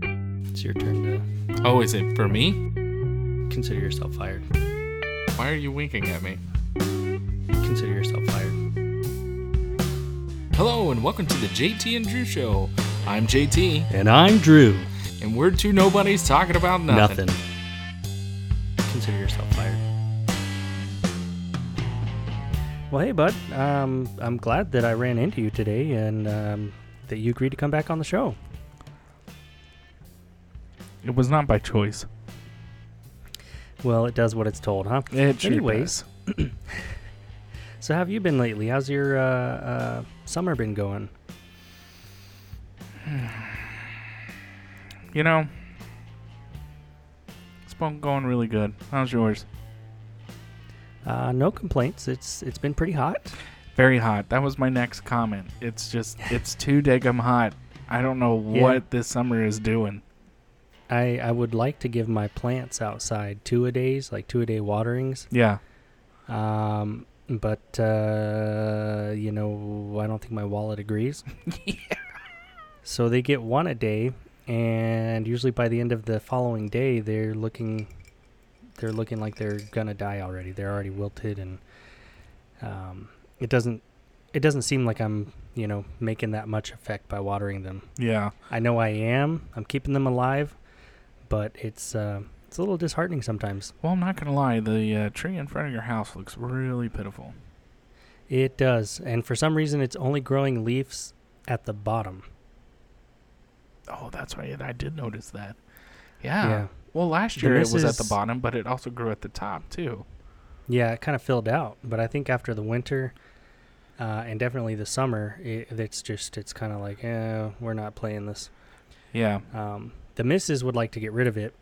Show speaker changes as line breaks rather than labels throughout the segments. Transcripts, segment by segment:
it's your turn
Oh, is it for me?
to consider yourself fired.
Why are you winking at me?
Consider yourself fired.
Hello, and welcome to the JT and Drew Show. I'm JT,
And I'm Drew.
and we're two nobodies talking about nothing.
Nothing. Consider yourself fired. Well, hey, bud. Um, I'm glad that I ran into you today and um, that you agreed to come back on the show.
It was not by choice.
Well, it does what it's told, huh?
It sure
Anyways. So, how have you been lately? How's your uh, uh, summer been going?
does. you know, it's been going really good. How's yours?
Uh, no complaints. It's it's been pretty hot.
Very hot. That was my next comment. It's just, it's too daggum hot. I don't know
Yeah.
what this summer is doing.
I, I would like to give my plants outside two a days, like two a day waterings.
Yeah.
Um, but uh, you know, I don't think my wallet agrees. So they get one a day, and usually by the end of the following day, they're looking, they're looking like they're gonna die already. They're already wilted, and um, it doesn't, it doesn't seem like I'm, you know, making that much effect by watering them.
Yeah.
I know I am. I'm keeping them alive, but it's uh, it's a little disheartening sometimes.
Well, I'm not going to lie. The uh, tree in front of your house looks really pitiful.
It does, and for some reason, it's only growing leaves at the bottom.
Oh, that's right. I did notice that. Yeah.
yeah,
Well, last
The
year it was at the
missus-
bottom, but it also grew at the top, too.
Yeah, it kind of filled out. But I think after the winter, uh, and definitely the summer, it, it's just it's kind of like, eh, we're not playing this.
Yeah.
Um, the missus would like to get rid of it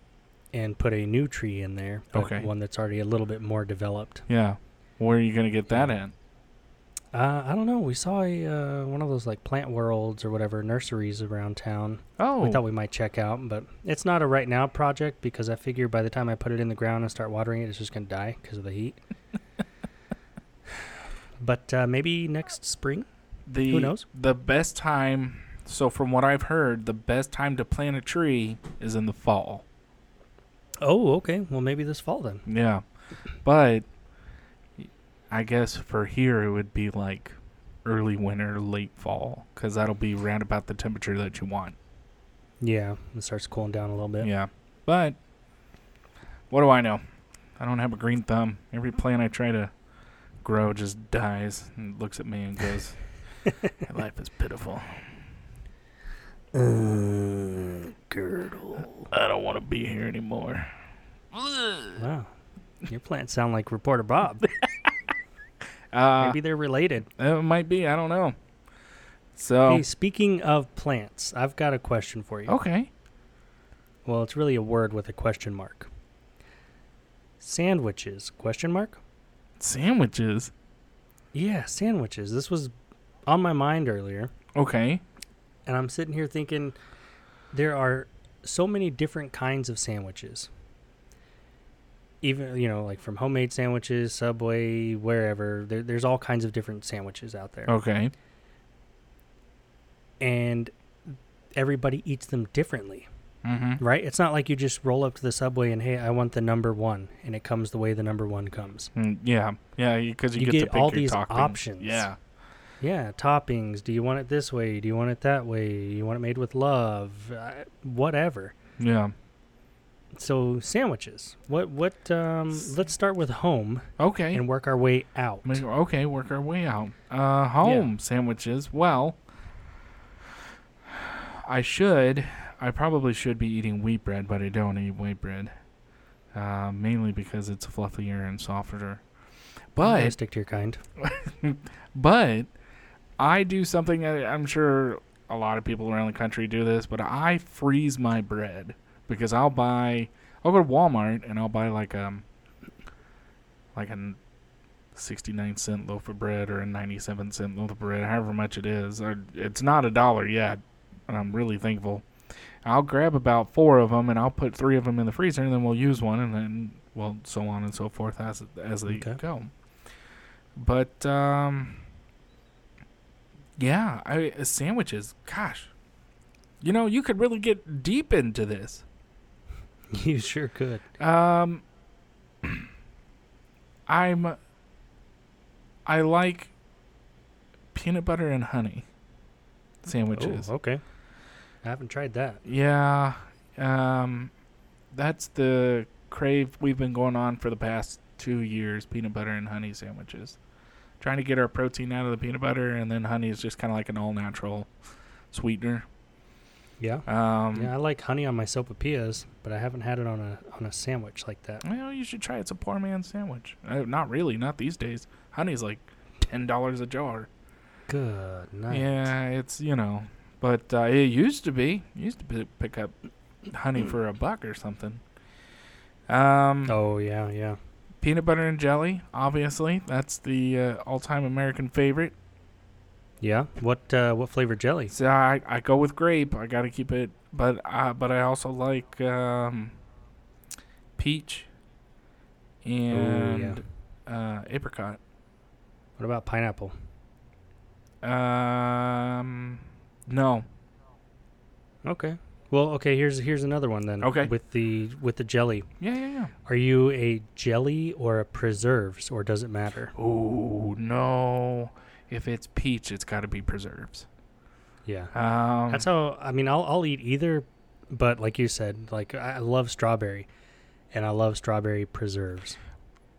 and put a new tree in there, but
Okay.
one that's already a little bit more developed.
Yeah. Where are you going to get that in?
Uh, I don't know. We saw a, uh, one of those like plant worlds or whatever nurseries around town.
Oh.
We thought we might check out, but it's not a right now project because I figure by the time I put it in the ground and start watering it, it's just going to die because of the heat. but uh, maybe next spring.
the
Who knows?
the best time so from what i've heard the best time to plant a tree is in the fall
Oh, okay. Well, maybe this fall then.
yeah but i guess for here it would be like early winter late fall because that'll be round about the temperature that you want
Yeah, it starts cooling down a little bit.
yeah but what do i know i don't have a green thumb every plant i try to grow just dies and looks at me and goes "My life is pitiful
Uh, girdle.
i don't want to be here anymore
Wow. Your plants sound like Reporter Bob.
uh,
Maybe they're related.
It might be. I don't know. So
Hey, speaking of plants, I've got a question for you.
oh. okay.
Well, it's really a word with a question mark. Sandwiches? Question mark?
Sandwiches.
Yeah, sandwiches. This was on my mind earlier,
Okay.
and I'm sitting here thinking there are so many different kinds of sandwiches. Even you know, like from homemade sandwiches, Subway, wherever. There, there's all kinds of different sandwiches out there,
Okay.
and everybody eats them differently,
Mm-hmm.
right? It's not like you just roll up to the Subway and hey, I want the number one, and it comes the way the number one comes.
Mm, yeah. Yeah. Because you,
You
get, to
get
pick
all
your
these
toppings.
options.
Yeah.
Yeah, toppings. Do you want it this way? Do you want it that way? You want it made with love? Uh, whatever.
Yeah.
So sandwiches. What? What? Um, let's start with home
Okay.
and work our way out.
Make- okay. Work our way out. Uh, home sandwiches. Well, I should. I probably should be eating wheat bread, but I don't eat wheat bread. Uh, mainly because it's fluffier and softer.
Gotta
But
stick to your kind.
But I do something that I'm sure a lot of people around the country do this, but I freeze my bread because I'll buy I'll go to Walmart and I'll buy like um like a 69 cent loaf of bread or a 97 cent loaf of bread, however much it is. Or It's not a dollar yet, and I'm really thankful. I'll grab about four of them and I'll put three of them in the freezer, and then we'll use one, and then well, so on and so forth as as they
Okay.
go. But um, yeah, I sandwiches. Gosh, you know, you could really get deep into this.
You sure could.
Um, I'm. I like peanut butter and honey sandwiches.
Oh, okay. I haven't tried that.
Yeah, um, that's the crave we've been going on for the past two years: peanut butter and honey sandwiches. Trying to get our protein out of the peanut butter, and then honey is just kind of like an all-natural sweetener.
Yeah.
Um,
yeah, I like honey on my sopapillas, but I haven't had it on a on a sandwich like that.
Well, you should try. it. It's a poor man's sandwich. Uh, not really. Not these days. Honey's like ten dollars a jar.
Good night.
Yeah, it's you know, but uh, it used to be you used to p- pick up honey for a buck or something. Um,
Oh yeah, yeah.
peanut butter and jelly, obviously, that's the uh, all-time American favorite.
Yeah. What uh what flavor jelly?
So I, I go with grape. I gotta keep it, but uh, but I also like um, peach and uh, apricot.
What about pineapple?
Um, no,
Okay. Well, okay, here's here's another one then.
Okay.
With the with the jelly.
yeah, yeah, yeah.
Are you a jelly or a preserves or does it matter?
Oh no! If it's peach, it's got to be preserves.
Yeah.
Um,
That's how I mean I'll I'll eat either, but like you said, like I I love strawberry and I love strawberry preserves.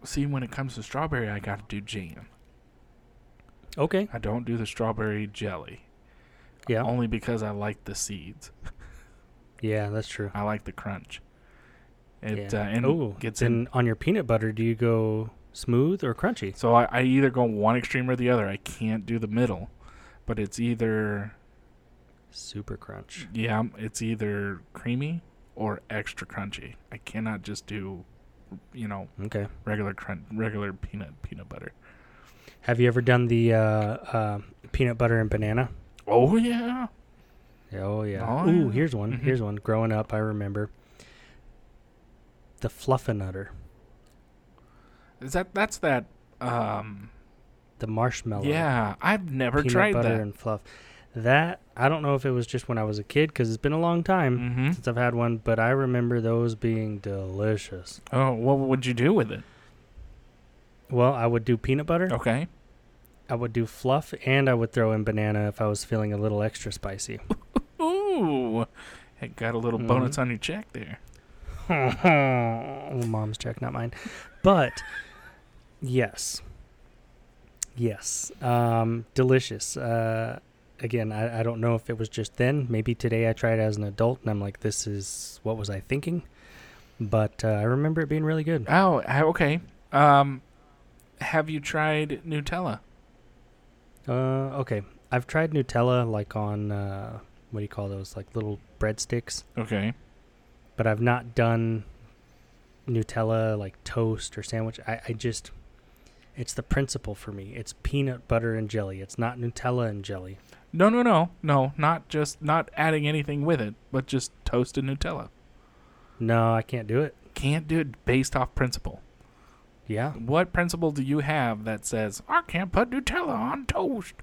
see, when it comes to strawberry, I got to do jam.
Okay.
I don't do the strawberry jelly
Yeah.
only because I like the seeds.
Yeah, that's true.
I like the crunch. It
yeah.
uh, and
Ooh,
gets
then
in.
on your peanut butter, do you go smooth or crunchy?
So I, I either go one extreme or the other. I can't do the middle, but it's either
Super crunch.
yeah, um, it's either creamy or extra crunchy. I cannot just do, you know,
Okay.
regular crunch, regular peanut peanut butter.
Have you ever done the uh, uh, peanut butter and banana?
Oh yeah.
Oh yeah.
Oh,
Ooh,
yeah.
here's one.
Mhm.
Here's one. Growing up, I remember the fluffernutter,
Is that that's that um
the marshmallow.
yeah, I've never
Peanut
tried
butter
that.
and fluff. That I don't know if it was just when I was a kid because it's been a long time
Mhm.
since I've had one, but I remember those being delicious.
Oh, what would you do with it?
Well, I would do peanut butter.
Okay.
I would do fluff, and I would throw in banana if I was feeling a little extra spicy.
Ooh. It got a little
Mhm.
bonus on your check there.
Well, mom's check, not mine. But yes, yes, um, delicious. Uh, again, I, I don't know if it was just then. Maybe today I tried as an adult, and I'm like, this is what was I thinking? But uh, I remember it being really good.
Oh, I- okay. Um have you tried Nutella?
Uh, okay, I've tried Nutella like on uh, what do you call those? Like little breadsticks,
Okay.
but I've not done Nutella like toast or sandwich. I, I just it's the principle for me. It's peanut butter and jelly. It's not Nutella and jelly.
No, no, no. No, not just not adding anything with it, but just toasted Nutella.
No, I can't do it.
Can't do it based off principle.
Yeah.
What principle do you have that says I can't put Nutella on toast?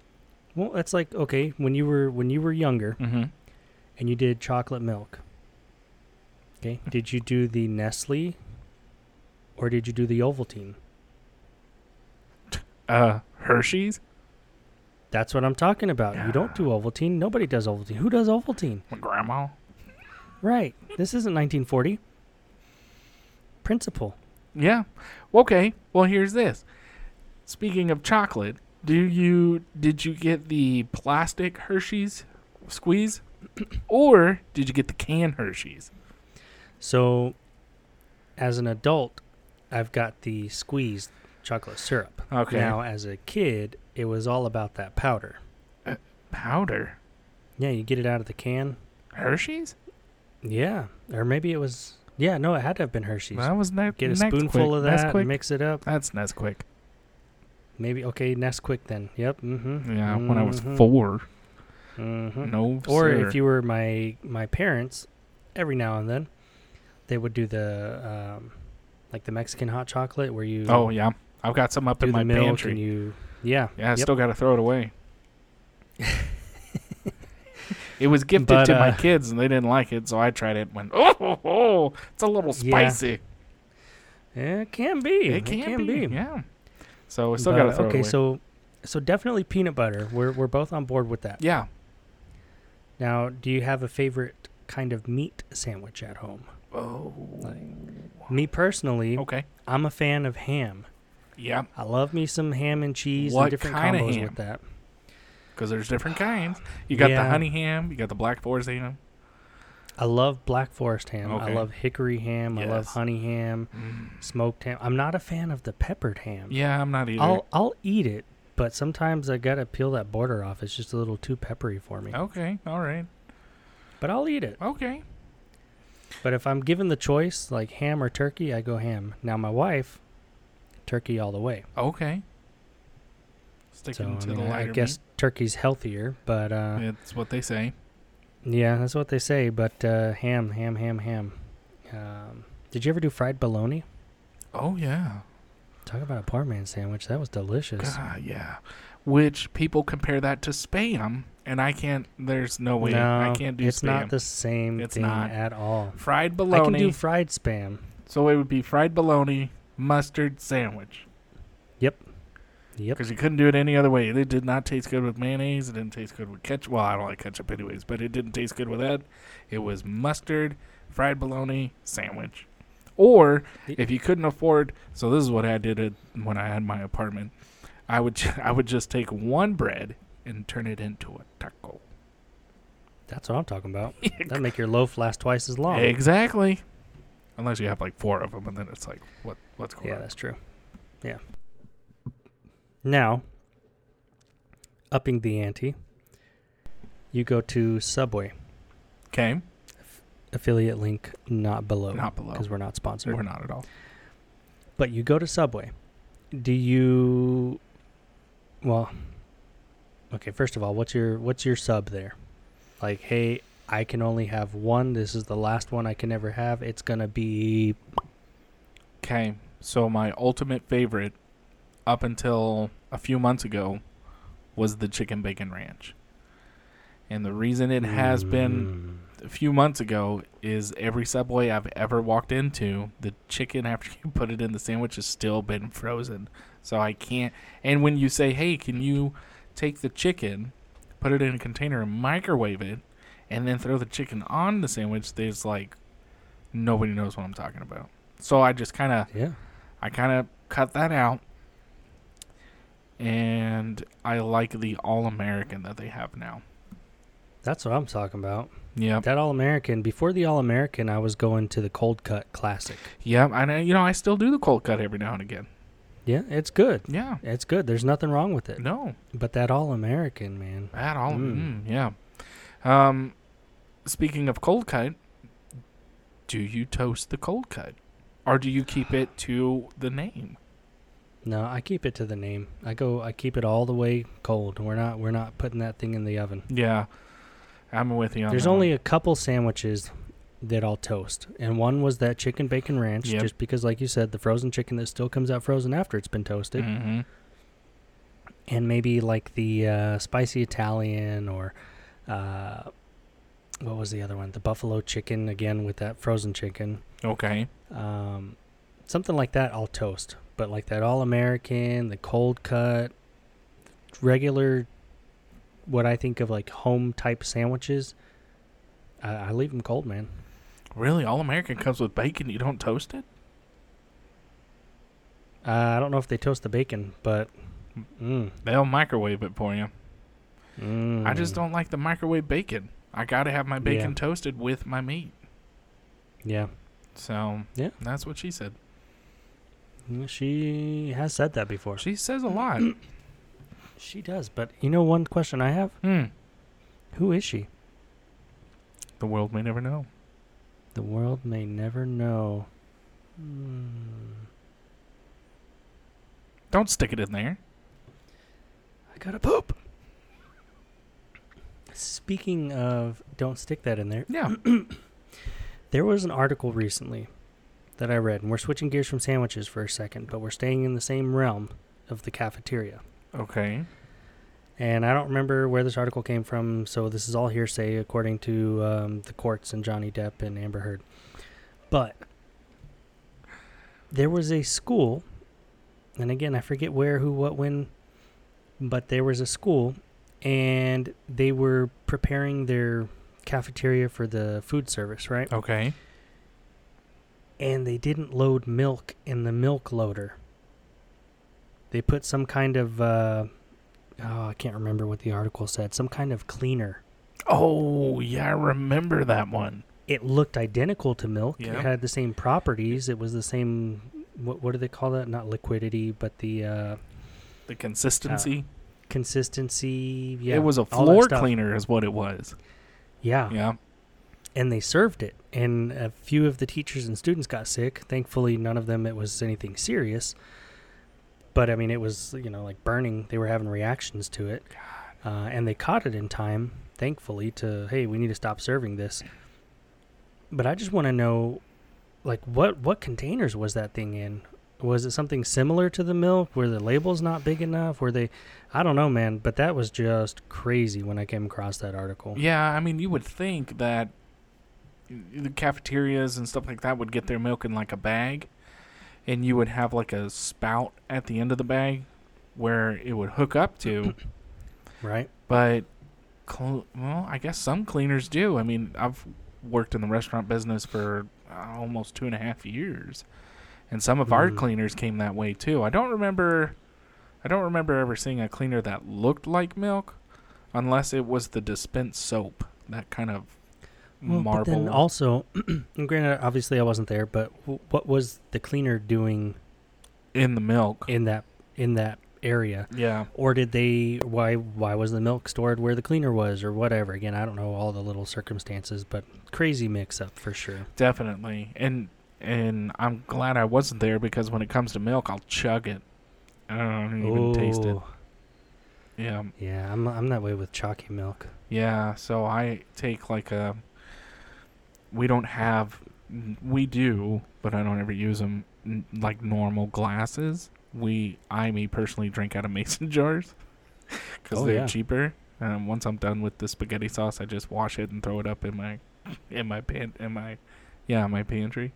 Well, that's like okay, when you were when you were younger
Mm-hmm.
and you did chocolate milk. Okay? did you do the Nestle or did you do the Ovaltine?
Uh, Hershey's.
That's what I'm talking about. You don't do Ovaltine. Nobody does Ovaltine. Who does Ovaltine?
My grandma.
Right. This isn't 1940. Principle.
Yeah. Okay. Well, here's this. Speaking of chocolate, do you did you get the plastic Hershey's squeeze, or did you get the can Hershey's?
So, as an adult, I've got the squeezed chocolate syrup.
Okay.
Now, as a kid, it was all about that powder.
Powder
Yeah, you get it out of the can.
Hershey's.
Yeah, or maybe it was. Yeah, no, it had to have been Hershey's.
That was ne-
get a
Nesquik.
spoonful of that,
Nesquik?
and mix it up.
That's Nesquik.
Maybe okay, Nesquik then. Yep. Mm-hmm.
Yeah. When I was 4
Mm-hmm.
No.
Or
sir.
if you were my my parents, every now and then, they would do the um, like the Mexican hot chocolate where you
Oh yeah, I've got some up
do
in my
the milk
pantry.
and you yeah
yeah, I
Yep.
still got to throw it away. It was gifted
But,
to my
uh,
kids and they didn't like it, so I tried it and went, oh, ho, ho, it's a little
Yeah.
spicy.
It can be.
It can, be. Yeah. So we still
But,
got to throw
okay,
it away.
so so definitely peanut butter. We're we're both on board with that.
yeah.
Now, do you have a favorite kind of meat sandwich at home?
Oh.
Me personally,
Okay.
I'm a fan of ham.
Yeah.
I love me some ham and cheese
What
and different
kind of
combos
ham?
with that.
Because there's different kinds. You got
Yeah.
the honey ham. You got the black forest ham.
I love black forest ham. I
Okay.
love hickory ham. I love
Yes.
honey ham, smoked ham. I'm not a fan of the peppered ham.
Yeah, I'm not either.
I'll I'll eat it, but sometimes I gotta peel that border off. It's just a little too peppery for me.
Okay. All right.
But I'll eat it.
Okay.
But if I'm given the choice, like ham or turkey, I go ham. Now my wife, turkey all the way.
Okay.
So
Sticking
I,
to
mean,
the
I- I
lighter
guess turkey's healthier, but uh,
meat. It's what they say.
yeah, that's what they say. But uh, ham, ham, ham, ham. Um, did you ever do fried bologna?
Oh yeah.
Talk about a poor man sandwich. That was delicious.
God, yeah. Which people compare that to spam, and I can't. There's no way I can't do
it's
spam.
not the same
It's
thing
not.
at all.
fried
I can
bologna.
do fried spam.
so it would be fried bologna mustard sandwich
Yep.
because you couldn't do it any other way. It did not taste good with mayonnaise. It didn't taste good with ketchup. Well, I don't like ketchup anyways, but it didn't taste good with that. It was mustard fried bologna sandwich. Or
Y-
if you couldn't afford, so this is what I did it when I had my apartment. I would ju- I would just take one bread and turn it into a taco.
That's what I'm talking about. That'd make your loaf last twice as long.
Exactly. Unless you have like four of them, and then it's like, what? What's going
Yeah,
on?
that's true. Yeah. Now, upping the ante, you go to Subway.
Okay,
Affiliate link not below.
not below.
Because we're not sponsored.
We're not at all.
But you go to Subway. Do you. Well. Okay, first of all, what's your what's your sub there? Like, hey, I can only have one. This is the last one I can ever have. It's gonna be
Okay, so my ultimate favorite, up until a few months ago, was the chicken bacon ranch. And the reason it has been a few months ago is every Subway I've ever walked into, the chicken after you put it in the sandwich has still been frozen. So I can't. And when you say, "Hey, can you take the chicken, put it in a container and microwave it, and then throw the chicken on the sandwich?" There's like nobody knows what I'm talking about. So I just kind of
Yeah.
I kind of cut that out. And I like the all American that they have now.
That's what I'm talking about.
Yep.
That All American. Before the All American, I was going to the Cold Cut Classic.
Yep. And, I, you know, I still do the cold cut every now and again.
Yeah, it's good.
Yeah.
It's good. There's nothing wrong with it.
No,
But that All American, man.
at all.
Mm.
Mm. yeah. Um, speaking of cold cut, do you toast the cold cut, or do you keep it to the name?
No, I keep it to the name. I go. I keep it all the way cold. We're not. We're not putting that thing in the oven.
Yeah, I'm with you. On
There's
that one.
only a couple sandwiches that I'll toast, and one was that chicken bacon ranch,
Yep.
just because, like you said, the frozen chicken that still comes out frozen after it's been toasted,
Mhm.
and maybe like the uh, spicy Italian or. Uh, what was the other one? The buffalo chicken again with that frozen chicken.
Okay.
um, something like that i'll toast but like that all american the cold cut regular what i think of like home type sandwiches i, I leave them cold man
Really, all American comes with bacon. You don't toast it?
uh, i don't know if they toast the bacon but mm,
They'll microwave it for you.
mm.
I just don't like the microwave bacon. I gotta have my bacon
Yeah.
toasted with my meat.
yeah
So
Yeah.
that's what she said.
Mm, she has said that before she,
She says a lot.
does but you know one question i have
hmm.
who is she
The world may never know.
the world may never know Hmm.
Don't stick it in there.
I gotta poop. Speaking of, don't stick that in there.
Yeah.
There was an article recently that I read, and we're switching gears from sandwiches for a second, but we're staying in the same realm of the cafeteria.
okay.
And I don't remember where this article came from, so this is all hearsay according to um, the courts and Johnny Depp and Amber Heard. But there was a school, and again, I forget where, who, what, when, but there was a school, and they were preparing their cafeteria for the food service, right?
Okay.
and they didn't load milk in the milk loader. They put some kind of uh, oh, I can't remember what the article said. Some kind of cleaner.
Oh yeah, I remember that one.
It looked identical to milk.
Yeah.
It had the same properties. It was the same. What what do they call that? Not liquidity, but the uh,
The consistency.
consistency. Yeah,
it was a
all that
floor
stuff.
cleaner, is what it was.
Yeah.
Yeah.
and they served it. And a few of the teachers and students got sick. Thankfully, none of them it was anything serious. But I mean, it was you know like burning. They were having reactions to it, uh, and they caught it in time, thankfully. To hey, we need to stop serving this. But I just want to know, like, what what containers was that thing in? Was it something similar to the milk? Were the labels not big enough? Were they? I don't know, man. But that was just crazy when I came across that article.
Yeah, I mean, you would think that the cafeterias and stuff like that would get their milk in like a bag, and you would have like a spout at the end of the bag where it would hook up to.
Right.
but cl- well, I guess some cleaners do. I mean, I've worked in the restaurant business for uh, almost two and a half years, and some of our
Mm.
cleaners came that way too. I don't remember, I don't remember ever seeing a cleaner that looked like milk, unless it was the dispense soap, that kind of
Well, But then
marble.
also, and granted, obviously I wasn't there, but w- what was the cleaner doing
in the milk.
in that in that area?
yeah,
Or did they? Why why was the milk stored where the cleaner was, or whatever? Again, I don't know all the little circumstances, but crazy mix up for sure.
definitely. And and I'm glad I wasn't there because when it comes to milk, I'll chug it. I don't even taste it.
Ooh.
Yeah.
Yeah, I'm I'm that way with chalky milk.
Yeah, so I take like a. We don't have. n- We do, but I don't ever use them like normal glasses. We, I, me personally, drink out of mason jars because
Oh,
they're
yeah.
cheaper. And once I'm done with the spaghetti sauce, I just wash it and throw it up in my, in my pan, in my, yeah, my pantry.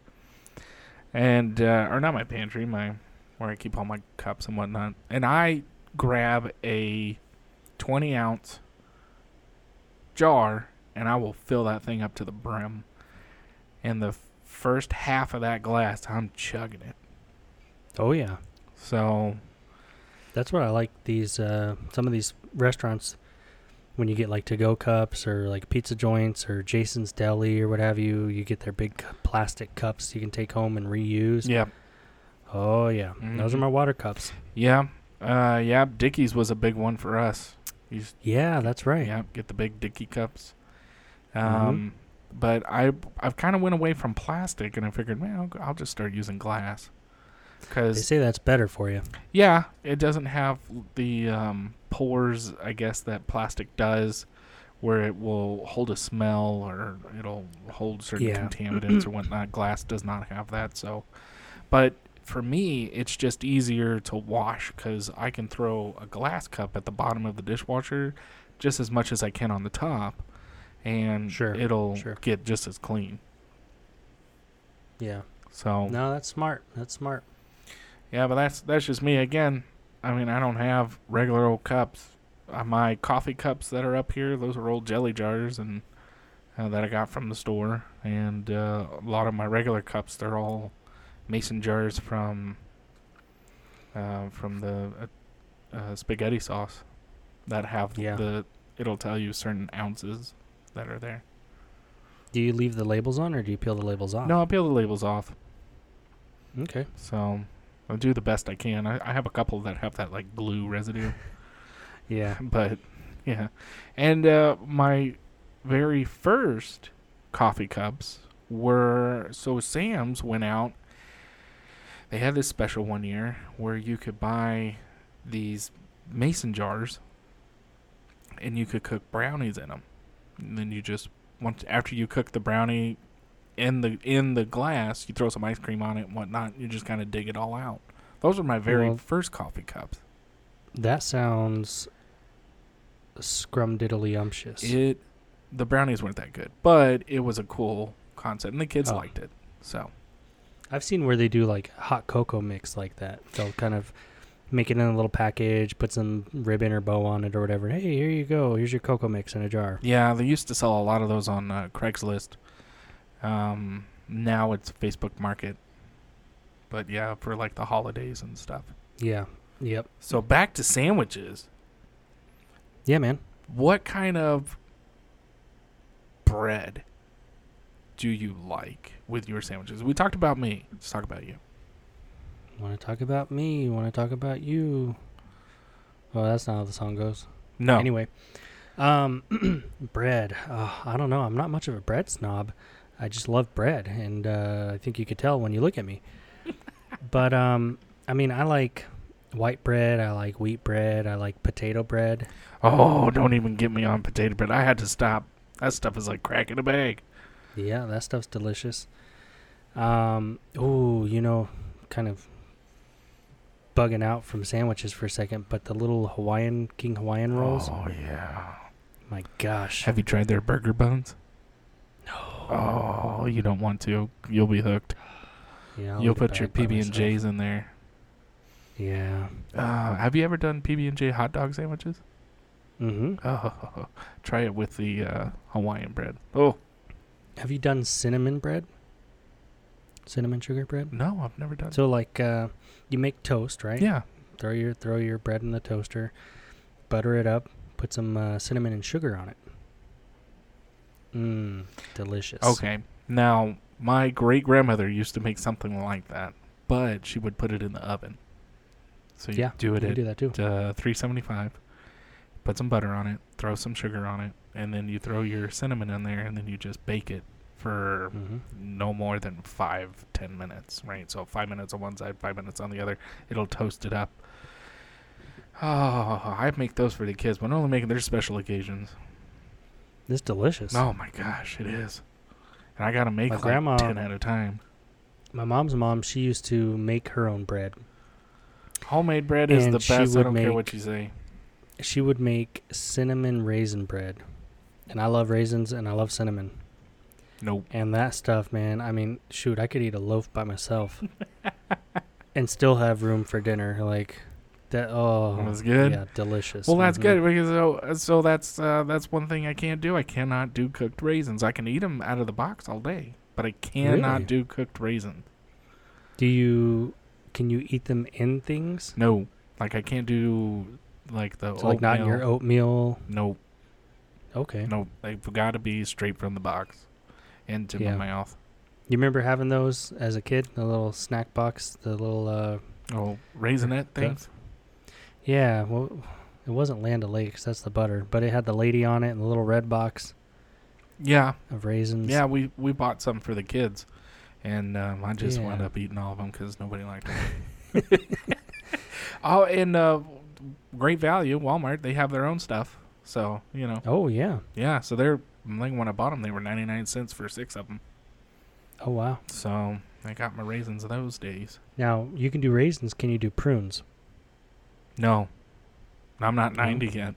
And uh, or not my pantry, my where I keep all my cups and whatnot. And I grab a twenty ounce jar and I will fill that thing up to the brim. And the first half of that glass, I'm chugging it.
Oh yeah,
So,
that's what I like. These uh, some of these restaurants. When you get like to go cups or like pizza joints or Jason's Deli or what have you, you get their big cu- plastic cups you can take home and reuse.
yeah.
Oh yeah, those are
Mhm.
my water cups.
Yeah. Uh, yeah. Dickies was a big one for us. You s-
Yeah, that's right.
Yeah, get the big Dickie cups. Um,
Mhm.
but I I've kind of went away from plastic, and I figured, man, I'll, I'll just start using glass.
They
Cause
say that's better for you.
yeah, it doesn't have the um, pores, I guess, that plastic does, where it will hold a smell or it'll hold certain
Yeah.
contaminants or whatnot. Glass does not have that, so. But for me, it's just easier to wash because I can throw a glass cup at the bottom of the dishwasher just as much as I can on the top, and
Sure,
it'll
sure.
get just as clean.
Yeah.
So
No, that's smart. That's smart.
Yeah, but that's that's just me again. I mean, I don't have regular old cups. Uh, my coffee cups that are up here, those are old jelly jars and uh, that I got from the store. And uh, a lot of my regular cups, they're all mason jars from uh, from the uh, uh, spaghetti sauce that have
Yeah.
the. It'll tell you certain ounces that are there.
Do you leave the labels on or do you peel the labels off?
No, I'll peel the labels off.
Okay.
So I'll do the best I can. I, I have a couple that have that like glue residue.
Yeah.
but yeah and uh, my very first coffee cups were so sam's went out they had this special one year where you could buy these mason jars and you could cook brownies in them and then you just once after you cook the brownie in the in the glass you throw some ice cream on it and whatnot you just kind of dig it all out those were my very
Well-
first coffee cups
That sounds scrumdiddlyumptious.
It the brownies weren't that good, but it was a cool concept and the kids
Oh.
liked it. So
I've seen where they do like hot cocoa mix like that. They'll kind of make it in a little package, put some ribbon or bow on it or whatever. Hey, here you go. Here's your cocoa mix in a jar.
yeah, they used to sell a lot of those on uh, Craigslist. Um, now it's Facebook Market. But yeah, for like the holidays and stuff.
Yeah. Yep.
So back to sandwiches.
Yeah, man.
What kind of bread do you like with your sandwiches? We talked about me. Let's talk about you.
Want to talk about me? Want to talk about you? Oh, that's not how the song goes.
No.
Anyway, um, bread. Uh, I don't know. I'm not much of a bread snob. I just love bread, and uh, I think you could tell when you look at me. but um, I mean, I like white bread. I like wheat bread. I like potato bread.
Oh, don't even get me on potato bread. I had to stop. That stuff is like crack in a bag.
Yeah, that stuff's delicious. Um, ooh, you know, kind of bugging out from sandwiches for a second, but the little Hawaiian King Hawaiian rolls.
Oh yeah.
My gosh.
Have you tried their burger buns? No. Oh, you don't want to. You'll be hooked.
Yeah, I'll
You'll
eat a
put your
bag by
PB and
myself.
J's in there.
Yeah.
Uh, have you ever done PB and J hot dog sandwiches?
Mm-hmm.
Oh, try it with the uh, Hawaiian bread. Oh
Have you done cinnamon bread? Cinnamon sugar bread?
no, I've never done.
So like uh, you make toast, right?
yeah.
Throw your throw your bread in the toaster, butter it up, put some uh, cinnamon and sugar on it. Mmm, delicious.
Okay. Now my great grandmother used to make something like that, but she would put it in the oven. So you
Yeah,
do
You
it
can
at
do that too.
uh, 375. Put some butter on it, throw some sugar on it, and then you throw your cinnamon in there, and then you just bake it for
Mm-hmm.
no more than five, ten minutes, right? So five minutes on one side, five minutes on the other. It'll toast it up. Oh, I make those for the kids, but I'm only making their special occasions.
It's delicious.
Oh my gosh, it is. And I gotta make
My
like
grandma-
ten at a time.
My mom's mom, she used to make her own bread.
Homemade bread is
And
the
she
best. I
would
don't care
make-
what you say.
She would make cinnamon raisin bread, and I love raisins and I love cinnamon.
Nope.
And that stuff, man. I mean, shoot, I could eat a loaf by myself and still have room for dinner. Like that. Oh,
That was good.
Yeah, delicious.
Well, that's
Mhm.
good because so, so that's uh, that's one thing I can't do. I cannot do cooked raisins. I can eat them out of the box all day, but I cannot
Really?
do cooked raisins.
Do you? Can you eat them in things?
No, like I can't do like the
So, like not in your
oatmeal.
oatmeal.
Nope,
Okay.
nope. They've got to be straight from the box into
Yeah.
my mouth.
You remember having those as a kid? The little snack box. The little. uh
Oh, raisinette things.
Yeah. Well, it wasn't Land O'Lakes. That's the butter, but it had the lady on it and the little red box
Yeah,
of raisins.
yeah. We we bought some for the kids, and um, I just wound
Yeah.
up eating all of them because nobody liked them. oh, and uh, Great Value, Walmart, they have their own stuff. So you know,
Oh yeah.
yeah. So they're like when I bought them, they were ninety nine cents for six of them.
Oh wow.
So I got my raisins those days.
Now you can do raisins. Can you do prunes?
No, I'm not
No.
ninety yet.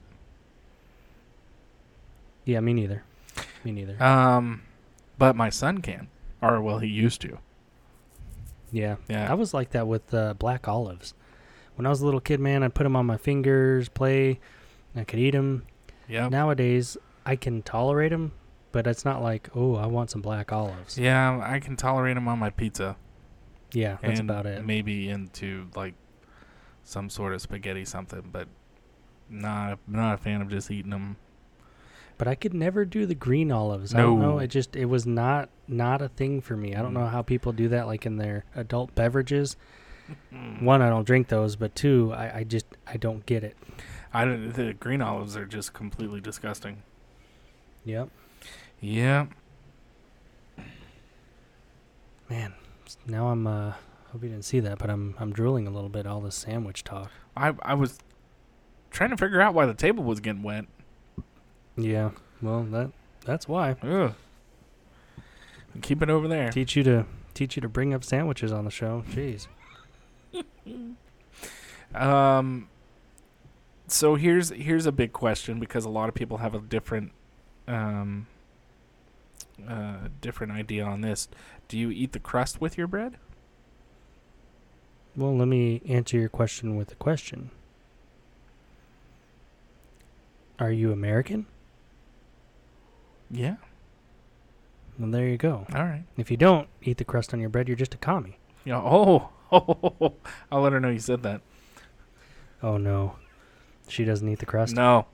Yeah, me neither. Me neither.
Um, but my son can, or well, he used to.
yeah. I
Yeah.
was like that with uh, black olives. When I was a little kid, man, I'd put them on my fingers, play, and I could eat them.
Yeah.
Nowadays, I can tolerate them, but it's not like, oh, I want some black olives. Yeah,
Yeah, I can tolerate them on my pizza.
that's
and
about it.
Maybe into like some sort of spaghetti something, but not not a fan of just eating them.
But I could never do the green olives. I don't
No. Mm.
know. It just it was not not a thing for me. I don't know how people do that, like in their adult beverages. One, I don't drink those, but two, I, I just I don't get it.
I don't. The green olives are just completely disgusting.
Yep.
Yeah.
Man, s- now I'm uh hope you didn't see that, but I'm I'm drooling a little bit all this sandwich talk.
I I was trying to figure out why the table was getting wet.
Yeah. Well, that that's why.
Ugh. Keep it over there.
Teach you to teach you to bring up sandwiches on the show. Jeez.
Um, so here's here's a big question because a lot of people have a different um uh different idea on this. Do you eat the crust with your bread?
Well, let me answer your question with a question. Are you American?
Yeah.
Well, there you go.
All right.
If you don't eat the crust on your bread, you're just a commie.
Yeah. Oh, oh, I'll let her know you said that.
Oh no, she doesn't eat the crust.
No.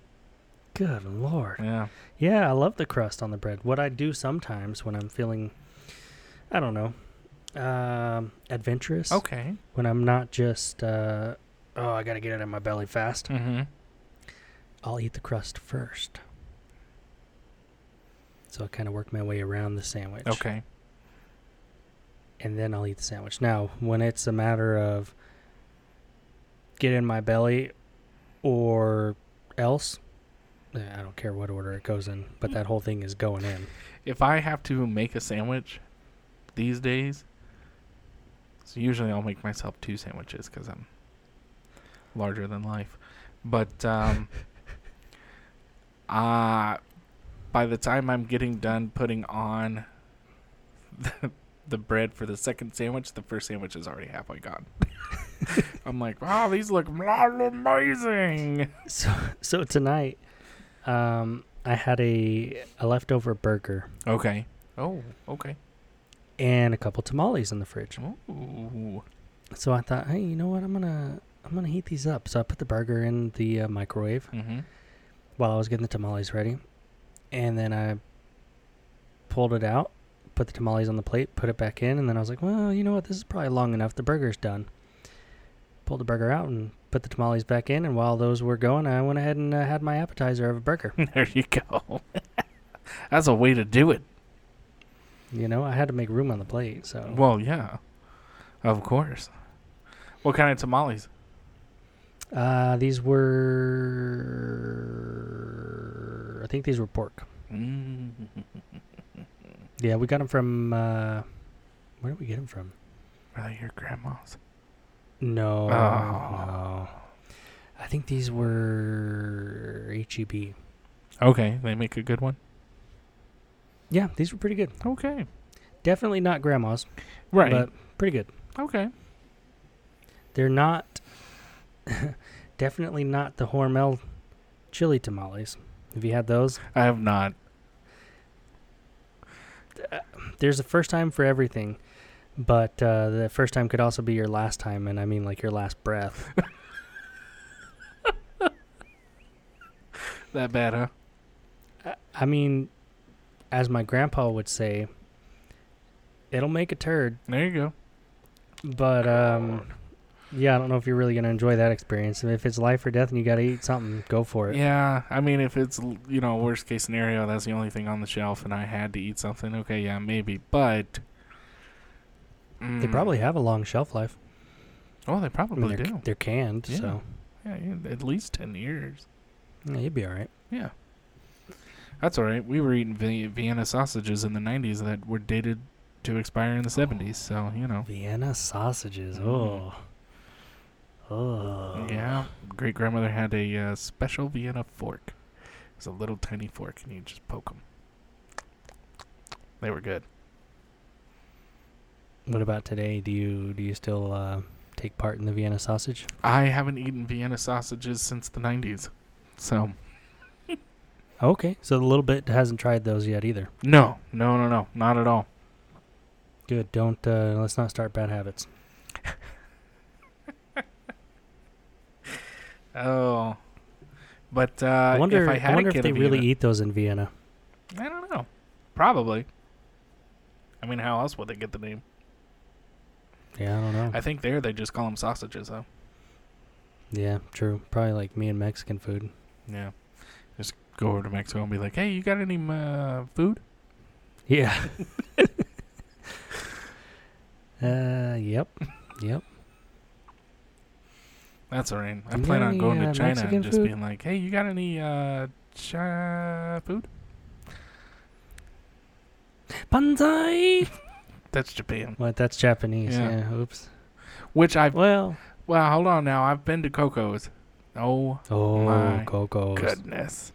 Good lord.
Yeah.
Yeah, I love the crust on the bread. What I do sometimes when I'm feeling, I don't know, um, adventurous.
Okay.
When I'm not just, uh, oh, I gotta get it in my belly fast.
Mm-hmm.
I'll eat the crust first. So I kind of work my way around the sandwich.
Okay.
And then I'll eat the sandwich. Now, when it's a matter of get in my belly or else, eh, I don't care what order it goes in,
Hmm.
but that whole thing is going in.
If I have to make a sandwich these days, so usually I'll make myself two sandwiches because I'm larger than life. But um, uh, by the time I'm getting done putting on the, the bread for the second sandwich, the first sandwich is already halfway gone. I'm like, wow, these look amazing.
So, so tonight, um, I had a, a leftover burger
Okay. Oh, okay.
and a couple tamales in the fridge.
Ooh.
So I thought, hey, you know what? I'm gonna I'm gonna heat these up. So I put the burger in the uh, microwave
Mm-hmm.
while I was getting the tamales ready, and then I pulled it out, put the tamales on the plate, put it back in, and then I was like, well, you know what? This is probably long enough. The burger's done. Pulled the burger out and put the tamales back in, and while those were going, I went ahead and uh, had my appetizer of a burger.
There you go. That's a way to do it.
you know, I had to make room on the plate, so
Well, yeah. Of course. What kind of tamales?
uh, these were. I think these were pork.
Mm.
Yeah, we got them from. Uh, where did we get them from?
Are they your grandma's?
No,
Oh.
no. I think these were E HEB.
Okay, they make a good one.
Yeah, these were pretty good.
Okay.
Definitely not grandma's,
Right.
but pretty good.
okay.
They're not. definitely not the Hormel chili tamales. Have you had those?
I have not.
uh, There's a first time for everything, but uh, the first time could also be your last time, and I mean like your last breath.
That bad, huh?
I- I mean, as my grandpa would say, it'll make a turd.
There you go.
But um, yeah, I don't know if you're really gonna enjoy that experience. If it's life or death and you gotta eat something, go for it.
Yeah, I mean, if it's, l- you know, worst case scenario, that's the only thing on the shelf and I had to eat something, okay, yeah, maybe. But.
They
Mm.
probably have a long shelf life.
Oh, they
I mean,
probably
they're,
do.
they're canned,
Yeah.
so
Yeah, yeah, at least 10 years.
yeah, you'd be all right.
Yeah. That's all right. We were eating Vi- Vienna sausages in the 90s that were dated to expire
Oh.
in the 70s, so, you know.
Vienna sausages.
Mm.
Oh, oh.
Yeah. Great grandmother had a uh, special Vienna fork. It was a little tiny fork, and you just poke them. They were good.
What about today? Do you do you still uh, take part in the Vienna sausage?
I haven't eaten Vienna sausages since the 90s. So,
Okay, so the little bit hasn't tried those yet either.
no, no, no, no, not at all.
Good. Don't uh, let's not start bad habits.
Oh. But uh,
I wonder.
if I
I,
had a
wonder
kid
if they
of
really
Vienna-
eat those in Vienna.
I don't know. Probably. I mean, how else would they get the name?
Yeah, I don't know.
I think there they just call them sausages, though.
yeah, true. Probably like me and Mexican food.
Yeah. Just go over to Mexico and be like, hey, you got any uh, food?
Yeah. uh, yep, yep.
That's all right. I
You
plan
got
on
any,
going
uh,
to China
Mexican
and just
food?
being like, hey, you got any uh, chi- food?
Banzai.
That's Japan.
What? That's Japanese.
Yeah.
Yeah. Oops.
Which I've.
Well,
Well, hold on now. I've been to Coco's. Oh
Oh,
My
Coco's.
goodness.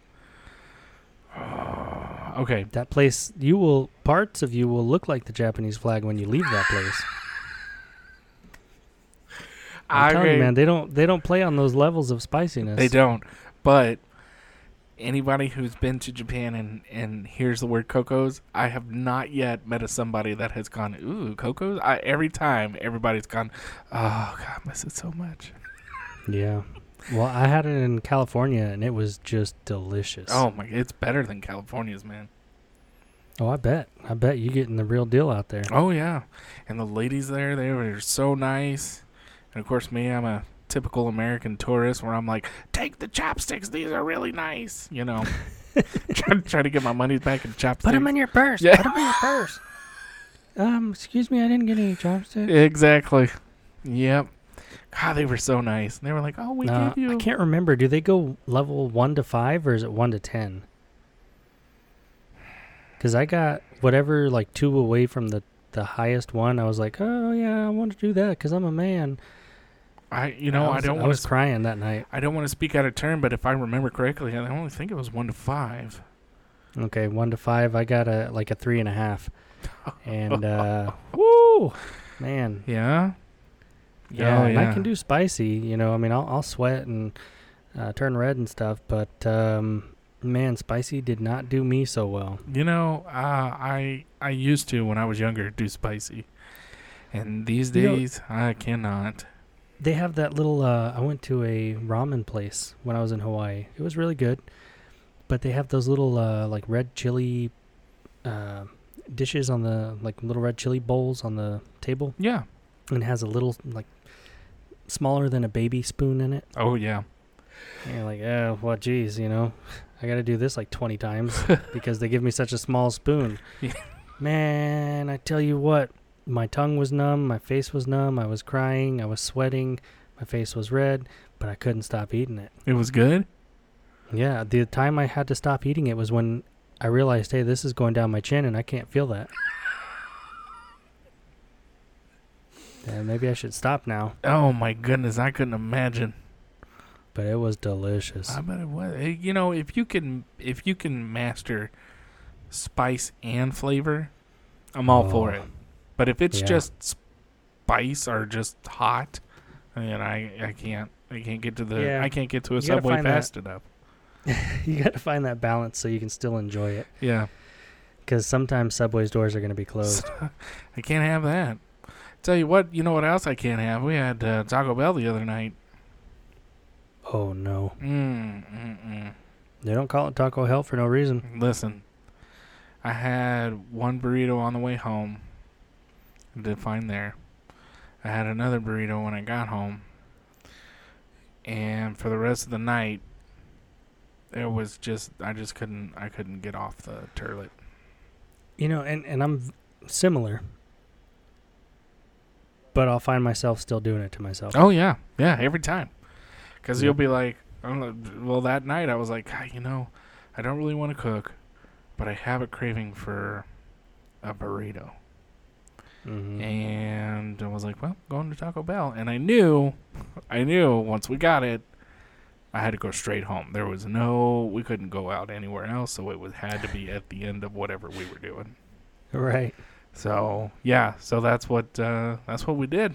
okay.
That place, you will, parts of you will look like the Japanese flag when you leave that place. I'm telling you, man, they don't they don't play on those levels of spiciness.
They don't. But anybody who's been to Japan and, and hears the word Coco's, I have not yet met a somebody that has gone, ooh, Coco's. I, every time everybody's gone, oh, God, I miss it so much.
Yeah. Well, I had it in California, and it was just delicious.
Oh, my. It's better than California's, man.
Oh, I bet. I bet you getting the real deal out there.
Oh, yeah. And the ladies there, they were so nice. And of course, me, I'm a typical American tourist where I'm like, take the chopsticks. These are really nice. You know, trying try to get my money back in chopsticks.
Put 'em in your purse.
Yeah.
Put 'em in your purse. Um, excuse me, I didn't get any chopsticks.
Exactly. Yep. God, they were so nice. And they were like, "Oh, we
Uh,
give you."
I can't remember. Do they go level one to five, or is it one to ten? Because I got whatever, like two away from the the highest one. I was like, oh yeah, I want to do that because I'm a man.
I, you know,
I,
I,
was-
don't
I
want
was
to.
crying that night.
I don't want to speak out of turn, but if I remember correctly, I only think it was one to five.
Okay, one to five. I got a like a three and a half, and uh, woo, man,
Yeah.
yeah,
Oh,
and I can do spicy. You know, I mean, I'll, I'll sweat and uh, turn red and stuff, but um, man, spicy did not do me so well.
You know, uh, I I used to when I was younger do spicy, and these
You know-
days I cannot.
They have that little. Uh, I went to a ramen place when I was in Hawaii. It was really good, but they have those little uh, like red chili uh, dishes on the like little red chili bowls on the table,
Yeah.
and it has a little like smaller than a baby spoon in it.
Oh yeah.
And you're like, oh, well, geez, you know, I got to do this like 20 times because they give me such a small spoon.
Yeah.
Man, I tell you what, my tongue was numb, my face was numb, I was crying, I was sweating, my face was red, but I couldn't stop eating it.
It was good.
Yeah, the time I had to stop eating it was when I realized, hey, this is going down my chin and I can't feel that. Yeah, maybe I should stop now,
Oh my goodness, I couldn't imagine.
but it was delicious.
I bet it was. Eh, You know, if you can, if you can master spice and flavor, I'm all for
Oh.
it. But if it's
Yeah.
just spice or just hot, I mean, I I can't I can't get to the
Yeah.
I can't get to a
You gotta
subway
find that.
fast enough.
you got to find that balance so you can still enjoy it.
Yeah,
Because sometimes Subway's doors are going to be closed.
I can't have that. Tell you what, you know what else I can't have? We had uh, Taco Bell the other night.
oh no!
Mm, mm, mm.
They don't call it Taco Hell for no reason.
Listen, I had one burrito on the way home. Did fine there. I had another burrito when I got home. And for the rest of the night, it was just I just couldn't I couldn't get off the turlet.
You know, and and I'm v- similar, but I'll find myself still doing it to myself.
Oh yeah, yeah, every time. Because
Yeah.
you'll be like, I'm like- well, that night I was like, "God, you know, I don't really want to cook, but I have a craving for a burrito.
Mhm.
Mm-hmm. and I was like, "Well, going to Taco Bell," and I knew, I knew once we got it, I had to go straight home. There was no, we couldn't go out anywhere else, so it was had to be at the end of whatever we were doing.
Right.
So yeah, so that's what uh, that's what we did,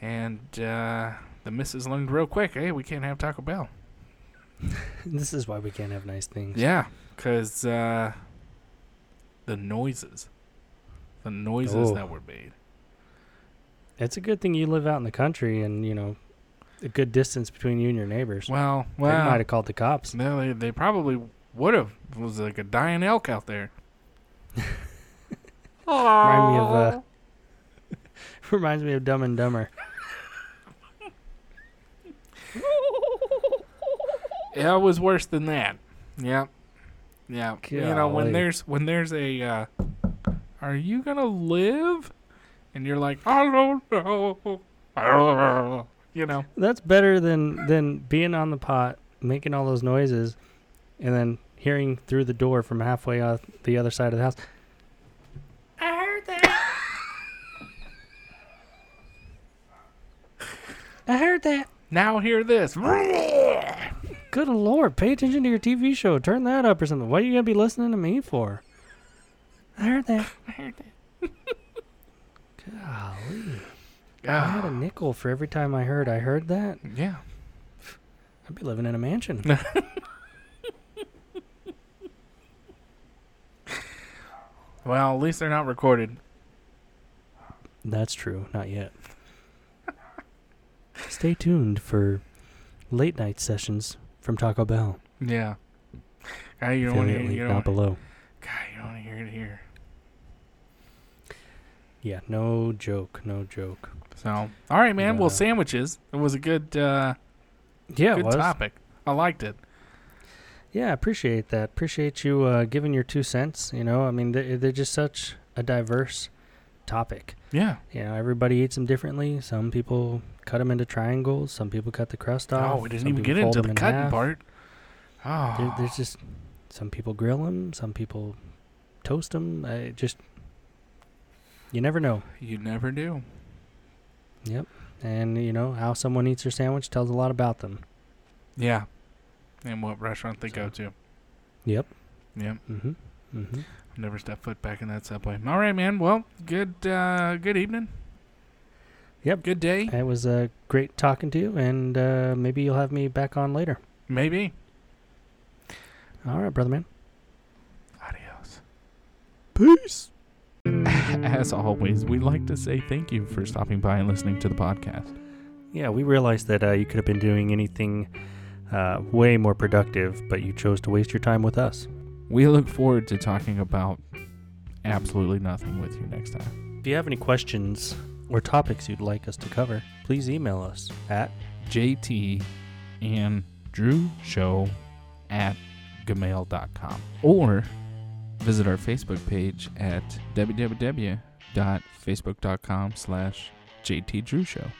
and uh, the missus learned real quick. Hey, we can't have Taco Bell.
This is why we can't have nice things.
Yeah, because uh, the noises, the noises
Oh.
that were made.
It's a good thing you live out in the country, and you know, a good distance between you and your neighbors.
Well,
They
well,
might have called the cops.
No, they, they probably would have. It was like a dying elk out there.
Remind me of uh, reminds me of Dumb and Dumber.
Yeah, it was worse than that. Yeah, yeah. You know
Golly.
when there's when there's a, uh, are you gonna live? And you're like, I don't know. You know.
That's better than than being on the pot, making all those noises, and then hearing through the door from halfway off the other side of the house. I heard that.
Now hear this.
good lord, pay attention to your TV show. Turn that up or something. What are you gonna be listening to me for? I heard that.
I heard that.
Golly, I had a
Yeah.
nickel for every time I heard. I heard that.
yeah.
I'd be living in a mansion.
Well, at least they're not recorded.
That's true. Not yet. Stay tuned for late night sessions from Taco Bell.
Yeah. God, you don't want to
Affiliate
hear.
link
You
down
don't, God,
below.
you don't want to hear it here.
Yeah, no joke. No joke.
So, all right, man.
Yeah.
Well, sandwiches. It was a good, uh,
Yeah, it
good
was.
topic. I liked it.
Yeah, appreciate that. Appreciate you uh, giving your two cents. You know, I mean, they're, they're just such a diverse topic.
Yeah.
You know, everybody eats them differently. Some people cut them into triangles. Some people cut the crust off.
oh, we didn't
some
even
people
get
fold 'em
into the
in
cutting
half.
part. Oh,
There, there's just some people grill them, some people toast them. I just you never know.
you never do.
Yep. And you know how someone eats their sandwich tells a lot about them.
Yeah. And what restaurant they
So-
go to.
Yep.
Yep.
Mm-hmm. Mm-hmm.
Never step foot back in that subway. All right, man. Well, good, uh, good evening.
Yep.
Good day.
It was uh, great talking to you, and uh, maybe you'll have me back on later.
Maybe.
All right, brother man.
Adios. Peace. As always, we'd like to say thank you for stopping by and listening to the podcast.
Yeah, we realized that uh, you could have been doing anything uh, way more productive, but you chose to waste your time with us.
We look forward to talking about absolutely nothing with you next time.
If you have any questions or topics you'd like us to cover, please email us at
JT and Drew Show at gmail.com or visit our Facebook page at www.facebook.com slash JT Drew Show.